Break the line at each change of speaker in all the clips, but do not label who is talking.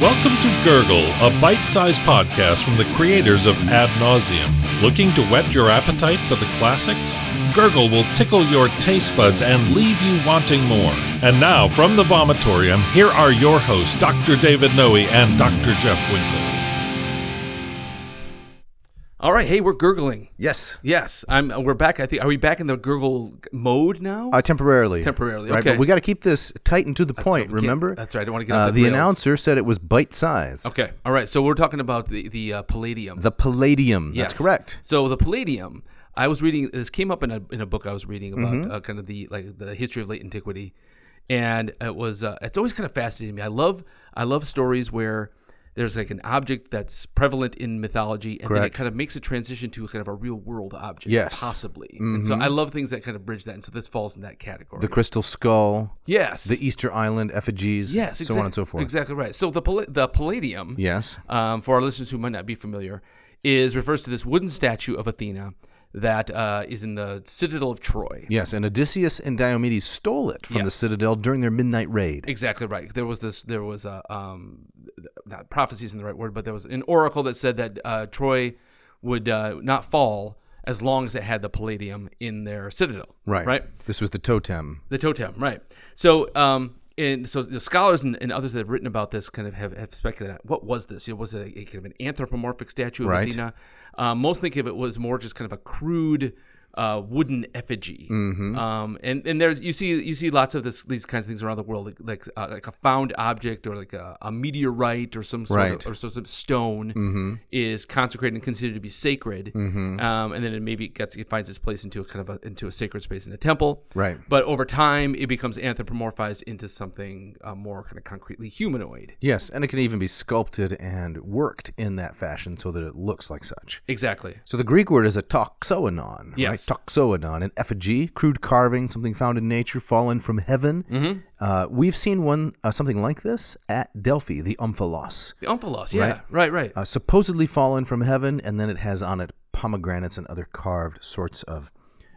Welcome to Gurgle, a bite sized podcast from the creators of Ad Nauseum. Looking to whet your appetite for the classics? Gurgle will tickle your taste buds and leave you wanting more. And now, from the vomitorium, here are your hosts, Dr. David Noe and Dr. Jeff Winkle.
All right, hey, we're gurgling.
Yes.
Yes, I'm. uh, We're back. I think. Are we back in the gurgle mode now?
Uh, temporarily.
Temporarily,
Right,
okay.
but we got to keep this tight and to the point.
we can't-
Remember?
that's right, I don't wanna get off
uh,
the
The
rails.
announcer said it was bite sized.
okay. All right. So we're talking about the the uh, palladium.
The palladium.
Yes.
That's correct.
So the palladium. I was reading. This came up in a in a book I was reading about
Mm-hmm.
uh, kind of the like the history of late antiquity, and it was. Uh, it's always kind of fascinating me. I love I love stories where. There's like an object that's prevalent in mythology, and then it
Correct.
kind of makes a transition to kind of a real world object,
Yes. Mm-hmm.
possibly. And so I love things that kind of bridge that, and so this falls in that category.
The crystal skull,
yes,
the Easter Island effigies,
Yes,
so on and
exact-
so forth.
Exactly right. So the pall- the palladium,
Yes.
um, for our listeners who might not be familiar, is refers to this wooden statue of Athena that uh, is in the citadel of Troy.
Yes. And Odysseus and Diomedes stole it from the
Yes.
citadel during their midnight raid.
Exactly right. There was this. There was a um, not prophecy isn't the right word, but there was an oracle that said that uh, Troy would uh, not fall as long as it had the palladium in their citadel.
Right.
Right.
This was the totem.
The totem, right? So, um, and so the scholars and, and others that have written about this kind of have, have speculated what was this? You know, was it a, a kind of an anthropomorphic statue of
Right.
Athena? Um, most think of it was more just kind of a crude uh, wooden effigy.
Mm-hmm.
Um, and and there's you see you see lots of this these kinds of things around the world, like like, uh, like a found object or like a, a meteorite or some sort
Right. Mm-hmm.
of or so some stone is consecrated and considered to be sacred, um, and then it maybe gets it finds its place into a kind of a, into a sacred space in a temple,
Right.
But over time, it becomes anthropomorphized into something uh, more kind of concretely humanoid.
Yes. And it can even be sculpted and worked in that fashion so that it looks like such.
Exactly.
So the Greek word is a toxoanon,
Yes.
right? Toxoanon, an effigy, crude carving, something found in nature, fallen from heaven.
Mm-hmm.
Uh, we've seen one uh, something like this at Delphi, the Omphalos,
The umpalos, yeah, right, right.
uh, supposedly fallen from heaven, and then it has on it pomegranates and other carved sorts of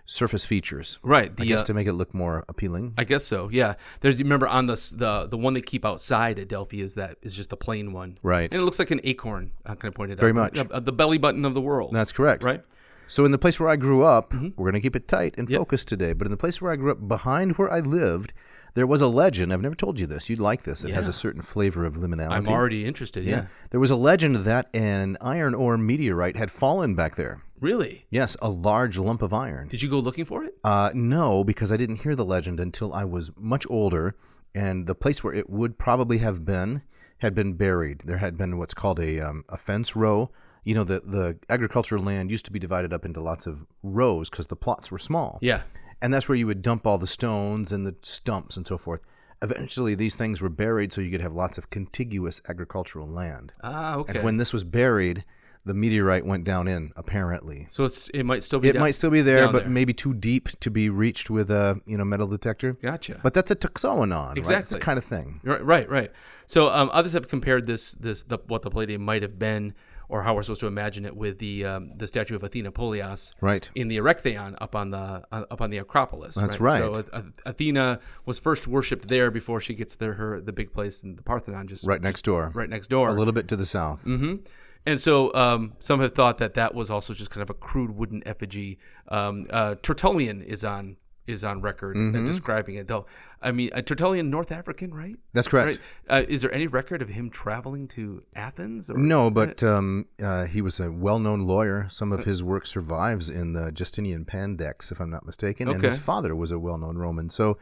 surface features,
Right,
I
the,
guess
uh,
to make it look more appealing.
I guess so. Yeah. There's you remember on the s- the the one they keep outside at Delphi is that is just the plain one,
Right.
And it looks like an acorn. I kind of pointed out
Very much.
Uh, the belly button of the world.
That's correct.
right.
So in the place where I grew up,
Mm-hmm.
we're going to keep it tight and focused today. But in the place where I grew up, behind where I lived, there was a legend. I've never told you this. You'd like this. It has a certain flavor of liminality.
I'm already interested. Yeah.
There was a legend that an iron ore meteorite had fallen back there.
Really?
Yes, a large lump of iron.
Did you go looking for it?
Uh, no, because I didn't hear the legend until I was much older, and the place where it would probably have been had been buried. There had been what's called a, um, a fence row. You know, the, the agricultural land used to be divided up into lots of rows because the plots were small.
Yeah.
And that's where you would dump all the stones and the stumps and so forth. Eventually, these things were buried so you could have lots of contiguous agricultural land.
Ah, okay.
And when this was buried, the meteorite went down in, apparently.
so it's it might still be.
It
down-
might still be there,
down
but
there.
maybe too deep to be reached with a you know metal detector.
Gotcha.
But that's a toxoanon, right? It's the
Exactly.
kind of thing.
Right, right, right. So um, others have compared this this the, what the Palladium might have been, or how we're supposed to imagine it, with the um, the statue of Athena Polias,
Right.
in the Erechtheion up on the uh, up on the Acropolis.
That's
So
right.
A- A- Athena was first worshipped there before she gets there her the big place in the Parthenon, just
Right next door.
right Mm-hmm. next door.
A little bit to the south.
And so um, some have thought that that was also just kind of a crude wooden effigy. Um, uh, Tertullian is on is on record
Mm-hmm.
in describing it, though. I mean, uh, Tertullian, North African, right?
That's correct.
Right. Uh, is there any record of him traveling to Athens? Or?
No, but um, uh, he was a well-known lawyer. Some
Uh,
of his work survives in the Justinian Pandex, if I'm not mistaken. And his
Okay.
father was a well-known Roman, so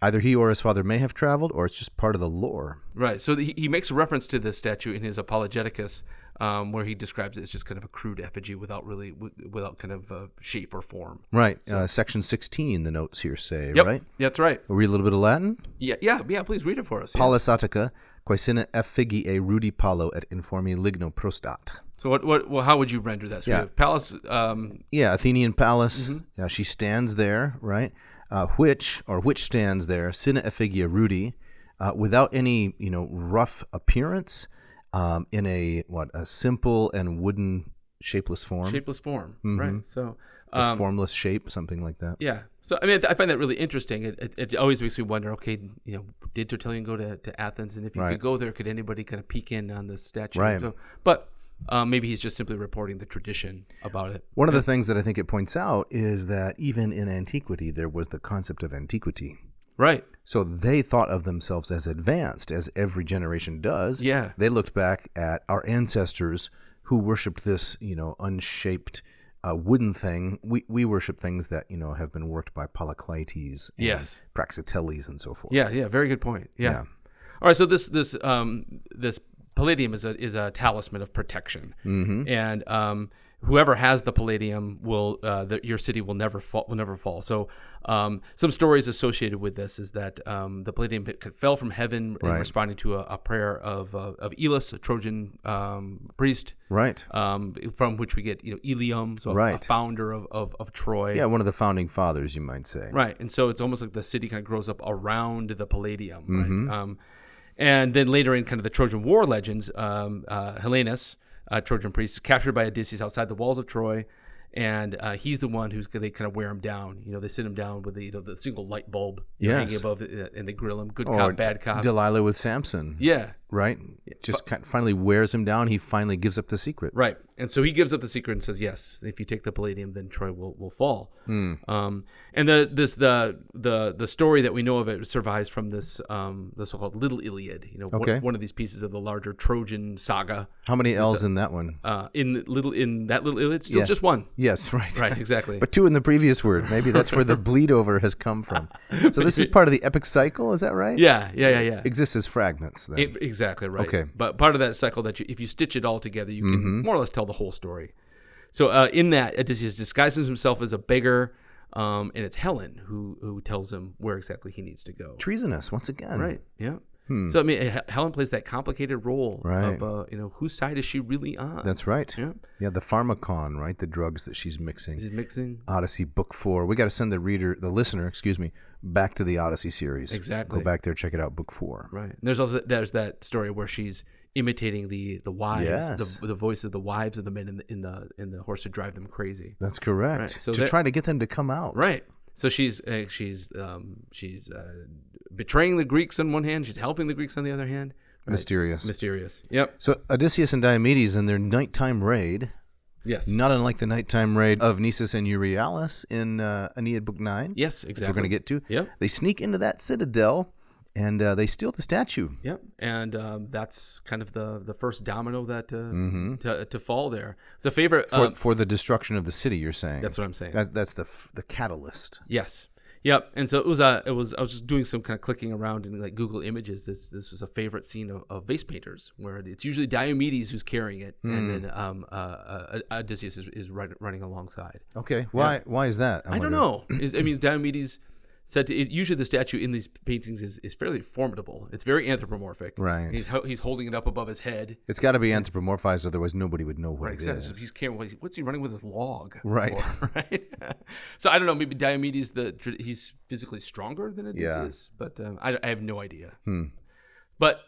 either he or his father may have traveled, or it's just part of the lore.
Right. So he, he makes a reference to this statue in his Apologeticus, um, where he describes it as just kind of a crude effigy without really, wi- without kind of uh, shape or form.
Right. Uh, section 16, the notes here say.
Yep.
Right.
That's right.
We'll read a little bit of Latin.
Yeah. Yeah. Yeah. Please read it for us. yeah.
Pallas Attica, quaesina effigie rudi palo et informi ligno prostat.
So what, what? Well, how would you render that? So we
Yeah.
have Palace. Um,
Yeah, Athenian palace.
Mm-hmm.
Yeah, she stands there, right? Uh, which or which stands there, sina effigia rudi, uh, without any you know rough appearance, um, in a what a simple and wooden shapeless form, Mm-hmm.
shapeless form, right? So,
or
um,
formless shape, something like that.
yeah. So I mean, I find that really interesting. It, it, it always makes me wonder. Okay, you know, did Tertullian go to, to Athens? And if you
Right.
could go there, could anybody kind of peek in on the statue?
Right.
So- but um, maybe he's just simply reporting the tradition about it.
One of the things that I think it points out is that even in antiquity, there was the concept of antiquity.
Right.
So they thought of themselves as advanced, as every generation does.
Yeah.
They looked back at our ancestors who worshipped this, you know, unshaped uh, wooden thing. We, we worship things that, you know, have been worked by Polyclites and
Yes.
Praxiteles and so forth.
Yeah. Yeah. Very good point. Yeah.
Yeah.
All right. So this this um, this palladium is a is a talisman of protection, mm-hmm. and um, whoever has the palladium will uh, the, your city will never fall will never fall. So um, some stories associated with this is that um, the palladium p- fell from heaven in
Right.
responding to a, a prayer of uh, of Elis, a Trojan um, priest.
Right.
Um, from which we get you know Ilium, so a- a
Right.
founder of, of, of Troy.
Yeah, one of the founding fathers, you might say.
Right. And so it's almost like the city kind of grows up around the Palladium. Right? Um, and then later in kind of the Trojan War legends, um, uh, Helenus, a Trojan priest, is captured by Odysseus outside the walls of Troy. And uh, he's the one who's they kind of wear him down. You know, they sit him down with the you know the single light bulb you know, hanging
Yes. Oh,
above, it, and they grill him. Good
Or
cop, bad cop.
Delilah with Samson.
yeah,
Right? Just kind finally wears him down. He finally gives up the secret.
Right. And so he gives up the secret and says, "Yes, if you take the palladium, then Troy will, will fall."
Hmm.
Um, and the this the the the story that we know of it survives from this um, the so-called Little Iliad. You know,
Okay.
one, one of these pieces of the larger Trojan saga.
How many L's in that one?
Uh, in little in that Little Iliad, still
Yeah.
just one.
Yes, right.
Right. Exactly.
But two in the previous word. Maybe that's where the bleed over has come from. So this is part of the epic cycle, is that right?
yeah. Yeah. Yeah. Yeah.
Exists as fragments then.
It- exactly right.
Okay. Mm-hmm.
But part of that cycle that you, if you stitch it all together, you can more or less tell the whole story. So uh, in that, Odysseus disguises himself as a beggar, um, and it's Helen who who tells him where exactly he needs to go.
Treasonous, once again.
Right. Yeah. So I mean, H- Helen plays that complicated role
Hmm. Right.
of uh, you know whose side is she really on?
That's right.
Yeah.
Yeah, the pharmacon, right? The drugs that she's mixing.
She's mixing.
Odyssey book four. We got to send the reader, the listener, excuse me, back to the Odyssey series.
Exactly.
Go back there, check it out, book four.
Right. And there's also there's that story where she's imitating the the wives,
Yes.
the, the voice of the wives of the men in the in the, in the horse to drive them crazy.
That's correct.
Right, so
to
there-
try to get them to come out.
Right. So she's uh, she's um, she's uh, betraying the Greeks on one hand. She's helping the Greeks on the other hand.
Mysterious.
Mysterious. Yep.
so Odysseus and Diomedes in their nighttime raid,
Yes.
not unlike the nighttime raid of Nisus and Euryalus in uh, Aeneid Book 9.
Yes. Exactly.
We're going to get to.
Yep.
They sneak into that citadel and uh, they steal the statue.
Yep. And um, that's kind of the the first domino that uh, to to fall there. It's a favorite.
Mm-hmm. For,
um,
for the destruction of the city, you're saying.
that's what I'm saying.
That, that's the f- the catalyst.
Yes. Yep. And so it was a it was I was just doing some kind of clicking around in like Google Images. This this was a favorite scene of, of vase painters where it's usually Diomedes who's carrying it,
Hmm.
and then um, uh, uh, Odysseus is, is right, running alongside.
Okay. Why why is that?
I don't know. Is, I mean, Diomedes said to, it, usually the statue in these paintings is, is fairly formidable. It's very anthropomorphic.
Right.
He's ho- he's holding it up above his head.
It's got to be anthropomorphized, otherwise nobody would know what it
Except
is.
he's carrying what's he- what's he running with his log?
Right.
for, right. so I don't know. Maybe Diomedes the tr- he's physically stronger than Odysseus, but um, I, I have no idea.
Hmm.
But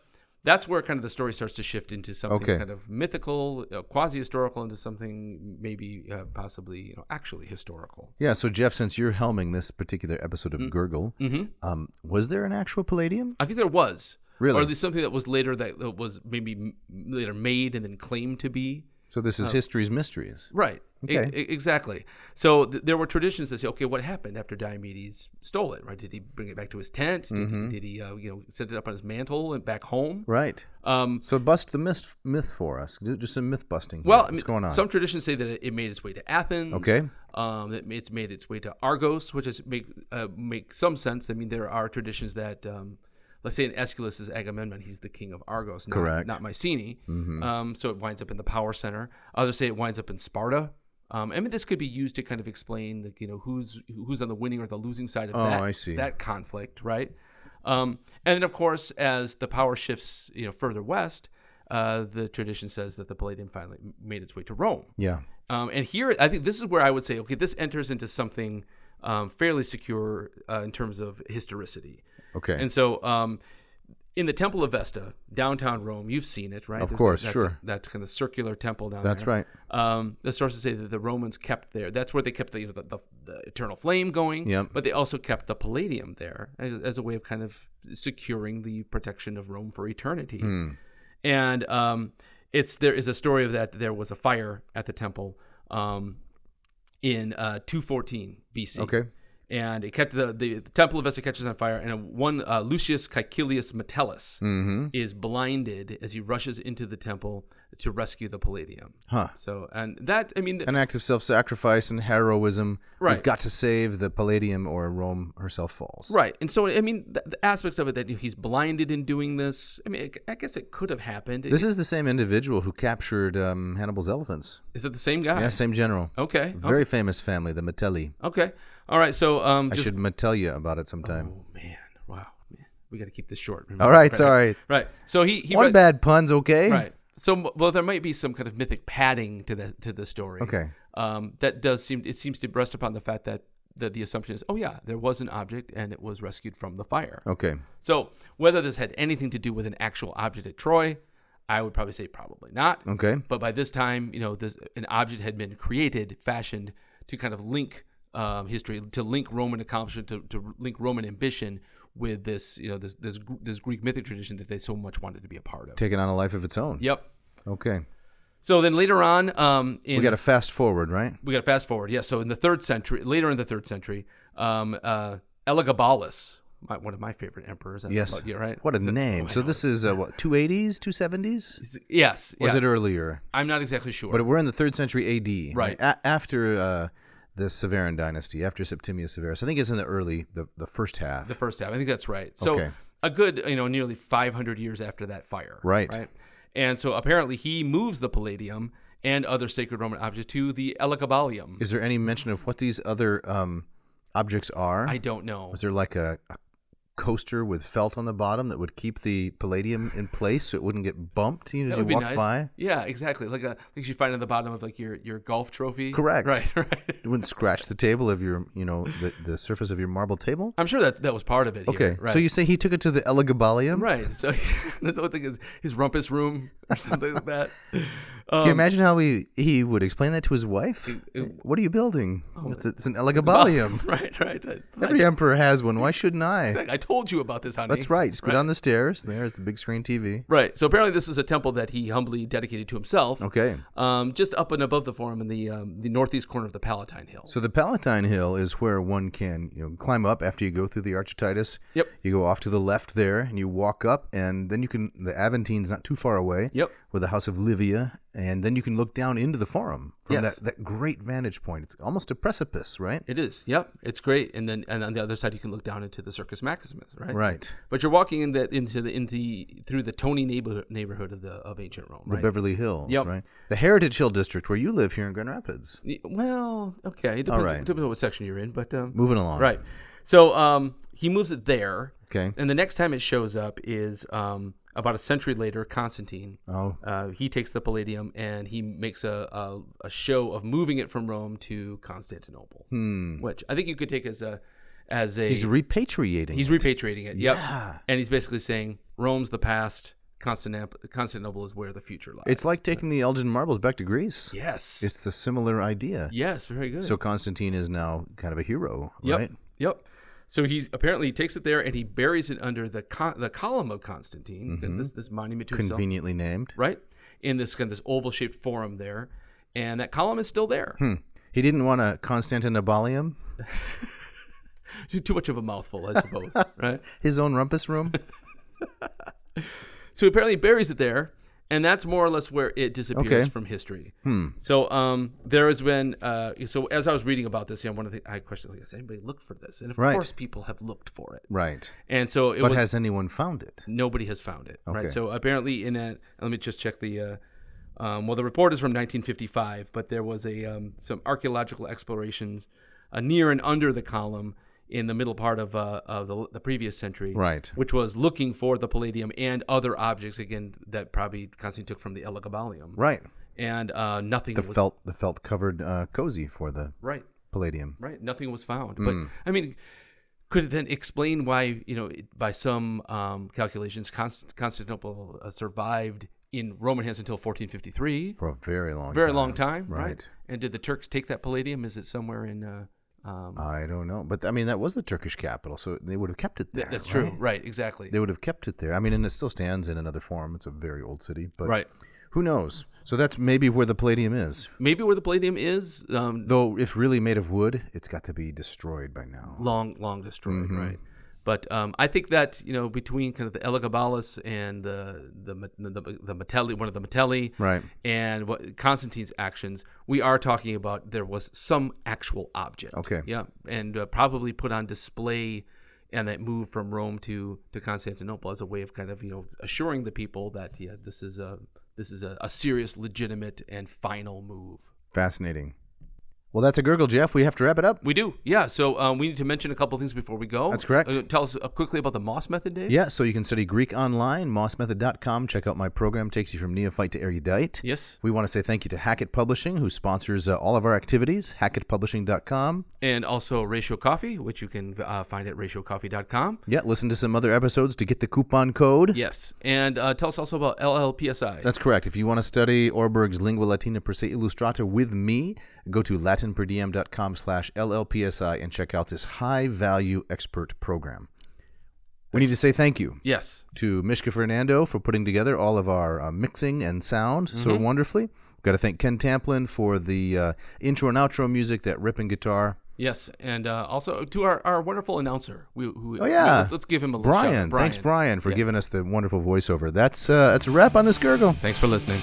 that's where kind of the story starts to shift into something
Okay.
kind of mythical, uh, quasi-historical, into something maybe uh, possibly you know actually historical.
Yeah. So Jeff, since you're helming this particular episode
Mm-hmm.
of Gurgle, um, was there an actual Palladium?
I think there was.
Really?
Or at least something that was later that that was maybe m- later made and then claimed to be.
So this
Uh,
is history's mysteries.
Right. E-
Okay.
e- exactly. So th- there were traditions that say, okay, what happened after Diomedes stole it? Right? Did he bring it back to his tent? Did
Mm-hmm.
he, did he uh, you know, set it up on his mantle and back home?
Right.
Um,
So bust the myth myth for us. Do just some myth busting. here.
well, I
what's
mean,
going on?
some traditions say that it- it made its way to Athens.
Okay.
Um, it, ma- it's made its way to Argos, which is make uh, make some sense. I mean, there are traditions that, um, let's say, in Aeschylus is Agamemnon, he's the king of Argos, not,
Correct. Mm-hmm.
Not Mycenae. Um, so it winds up in the power center. Others say it winds up in Sparta. Um, I mean, this could be used to kind of explain, like, you know, who's who's on the winning or the losing side of
Oh,
that,
I see.
that conflict, right? Um, and then, of course, as the power shifts, you know, further west, uh, the tradition says that the Palladium finally made its way to Rome.
yeah.
Um, and here, I think this is where I would say, okay, this enters into something um, fairly secure uh, in terms of historicity.
Okay.
And so um, in the Temple of Vesta, downtown Rome, you've seen it, right?
Of course,
that,
sure.
That, that kind of circular temple down
That's
there.
right.
Um, the sources say that the Romans kept there. That's where they kept the, you know, the, the, the eternal flame going.
Yep.
But they also kept the Palladium there as, as a way of kind of securing the protection of Rome for eternity.
Hmm.
And um, it's there is a story of that. There was a fire at the temple um, in uh, 214 BC
Okay.
and it kept the, the, the temple of Vesta catches on fire, and one uh, Lucius Caecilius Metellus
Mm-hmm.
is blinded as he rushes into the temple to rescue the Palladium.
Huh.
So, and that I mean,
An act of self-sacrifice and heroism.
Right.
We've got to save the Palladium, or Rome herself falls.
right? And so, I mean, the, the aspects of it that he's blinded in doing this. I mean, I, I guess it could have happened.
This is the same individual who captured um, Hannibal's elephants.
is it the same guy?
Yeah, same general.
Okay.
Very famous family, the Metelli.
Okay. All right. So, um,
I
oh. just,
should tell you about it sometime.
oh man, wow, man, we got to keep this short.
All right, sorry.
Right. So he Oh, he
One
re-
bad pun's okay.
Right. So, m- well, there might be some kind of mythic padding to the to the story.
Okay.
Um, that does seem it seems to rest upon the fact that that the assumption is, oh yeah, there was an object and it was rescued from the fire.
Okay.
So whether this had anything to do with an actual object at Troy, I would probably say probably not.
Okay.
But by this time, you know, this, an object had been created, fashioned to kind of link um, history, to link Roman accomplishment, to, to link Roman ambition with this, you know, this this Gr- this Greek mythic tradition that they so much wanted to be a part of.
Taking on a life of its own.
Yep.
Okay.
So then later on, um, in,
We got to fast forward, right?
we got to fast forward. Yeah. So in the third century, later in the third century, um, uh, Elagabalus, my, one of my favorite emperors. I
Yes.
thought- Yeah. Right. oh,
What a
So-
name. so this is uh, what 280s, 270s?
Is- Yes.
Was
yeah.
it earlier?
I'm not exactly sure.
But we're in the third century AD,
Right.
A- after uh, the Severan dynasty, after Septimius Severus. I think it's in the early, the, the first half.
the first half, I think that's right. So
Okay.
a good, you know, nearly 500 years after that fire.
Right.
Right. And so apparently he moves the Palladium and other sacred Roman objects to the Elagabalium.
is there any mention of what these other um, objects are?
I don't know.
Was there like a, a coaster with felt on the bottom that would keep the palladium in place so it wouldn't get bumped you know, as
That
you
would be
walk
nice.
by?
Yeah, exactly. Like a like you find at the bottom of like your your golf trophy.
Correct.
Right. Right.
It wouldn't scratch the table of your, you know, the, the surface of your marble table.
I'm sure that that was part of it. here,
Okay,
right.
so you say he took it to the Elagabalium?
right. So that's the whole thing is his rumpus room or something like that.
Can
Um,
you imagine how he, he would explain that to his wife? what are you building?
Oh,
it's, it's an Elagabalium.
right. Right. It's like,
Every emperor has one. Why shouldn't I?
it's like, I told you about this, honey.
That's right. Just go down the stairs. and There's the big screen TV.
Right. So apparently this was a temple that he humbly dedicated to himself.
Okay.
Um, just up and above the forum in the um, the northeast corner of the Palatine Hill.
So the Palatine Hill is where one can, you know, climb up after you go through the Archetitus.
Yep.
You go off to the left there, and you walk up, and then you can. The Aventine's not too far away.
Yep.
With the House of Livia, and then you can look down into the Forum from
Yes.
that, that great vantage point. It's almost a precipice, right?
It is. Yep. It's great. And then and on the other side you can look down into the Circus Maximus. Right.
Right.
But you're walking in the, into the into the- through the Tony neighborhood neighborhood of the of ancient Rome.
The
Right.
Beverly Hills,
Yep.
right? The Heritage Hill District, where you live here in Grand Rapids.
Y- Well, okay. It depends,
right.
it depends on what section you're in, but um,
Moving along.
right. So um, he moves it there,
Okay.
and the next time it shows up is um, about a century later. Constantine,
Oh,
uh, he takes the Palladium and he makes a, a a show of moving it from Rome to Constantinople, which I think you could take as a as a
Hmm. he's repatriating.
he's
it.
repatriating it. Yep.
Yeah.
And he's basically saying Rome's the past, Constantinople, Constantinople is where the future lies.
It's like taking the Elgin marbles back to Greece.
yes,
It's a similar idea.
yes, very good.
So Constantine is now kind of a hero,
Yep.
right?
Yep. So he apparently takes it there and he buries it under the con- the column of Constantine,
Mm-hmm.
this this monument to himself,
Conveniently named.
right? In this kind of this oval shaped forum there, and that column is still there.
Hmm. He didn't want a Constantinobolium,
Too much of a mouthful, I suppose, right?
his own rumpus room.
So he apparently buries it there, and that's more or less where it disappears
Okay. Hmm.
from history. So um, there has been uh, so as I was reading about this, you know, one of the I questioned like, has anybody looked for this? And of
Right.
course, people have looked for it,
right.
and so it
But
was
has anyone found it?
nobody has found it.
Okay.
Right. So apparently, in a let me just check the. Uh, um, well, the report is from 1955, but there was a um, some archaeological explorations uh, near and under the column in the middle part of, uh, of the, the previous century,
Right.
Which was looking for the palladium and other objects again that probably Constantine took from the Elagabalium,
Right.
and uh, nothing
The
was
felt the felt covered uh, cozy for the
right.
palladium. Hmm.
Right, nothing was found. But I mean, could then explain why you know it- by some um, calculations Const- Constantinople uh, survived in Roman hands until 1453,
for a very long
very
time.
long time, right.
right.
And did the Turks take that Palladium? Is it somewhere in? Uh, um,
I don't know, but I mean that was the Turkish capital, so they would have kept it there.
th- that's true,
right?
right? exactly,
They would have kept it there. I mean, and it still stands in another form. It's a very old city, but
right.
who knows? So that's maybe where the Palladium is.
Maybe where the Palladium is, um,
Though, if really made of wood, it's got to be destroyed by now.
long long destroyed
Mm-hmm.
right but um, I think that you know between kind of the Elagabalus and the the Ma- the, the Metelli, one of the Metelli,
Right.
and what Constantine's actions, we are talking about there was some actual object.
Okay.
Yeah, and uh, probably put on display, and that moved from Rome to to Constantinople as a way of kind of you know assuring the people that yeah this is a this is a, a serious, legitimate, and final move.
Fascinating. Well, that's a gurgle, Jeff. We have to wrap it up.
We do, yeah. So um, we need to mention a couple things before we go.
That's correct.
Uh, tell us uh, quickly about the Moss method, Dave.
Yeah, so you can study Greek online, mossmethod.com. Check out my program, takes you from neophyte to erudite.
Yes.
We want to say thank you to Hackett Publishing, who sponsors uh, all of our activities, hackettpublishing.com.
And also Ratio Coffee, which you can uh, find at ratiocoffee.com.
Yeah, listen to some other episodes to get the coupon code.
Yes. And uh, tell us also about LLPSI.
That's correct. If you want to study Orberg's Lingua Latina per se illustrata with me, go to latinperdiem.com slash LLPSI and check out this high-value expert program. We need to say thank you
yes.
to Mishka Fernando for putting together all of our uh, mixing and sound so wonderfully. We've got to thank Ken Tamplin for the uh, intro and outro music, that ripping guitar.
Yes. And uh, also to our, our wonderful announcer. We, who,
Oh, yeah.
let's, let's give him a little
Brian,
shout out.
thanks Brian for giving us the wonderful voiceover. That's uh, that's a wrap on this gurgle.
Thanks for listening.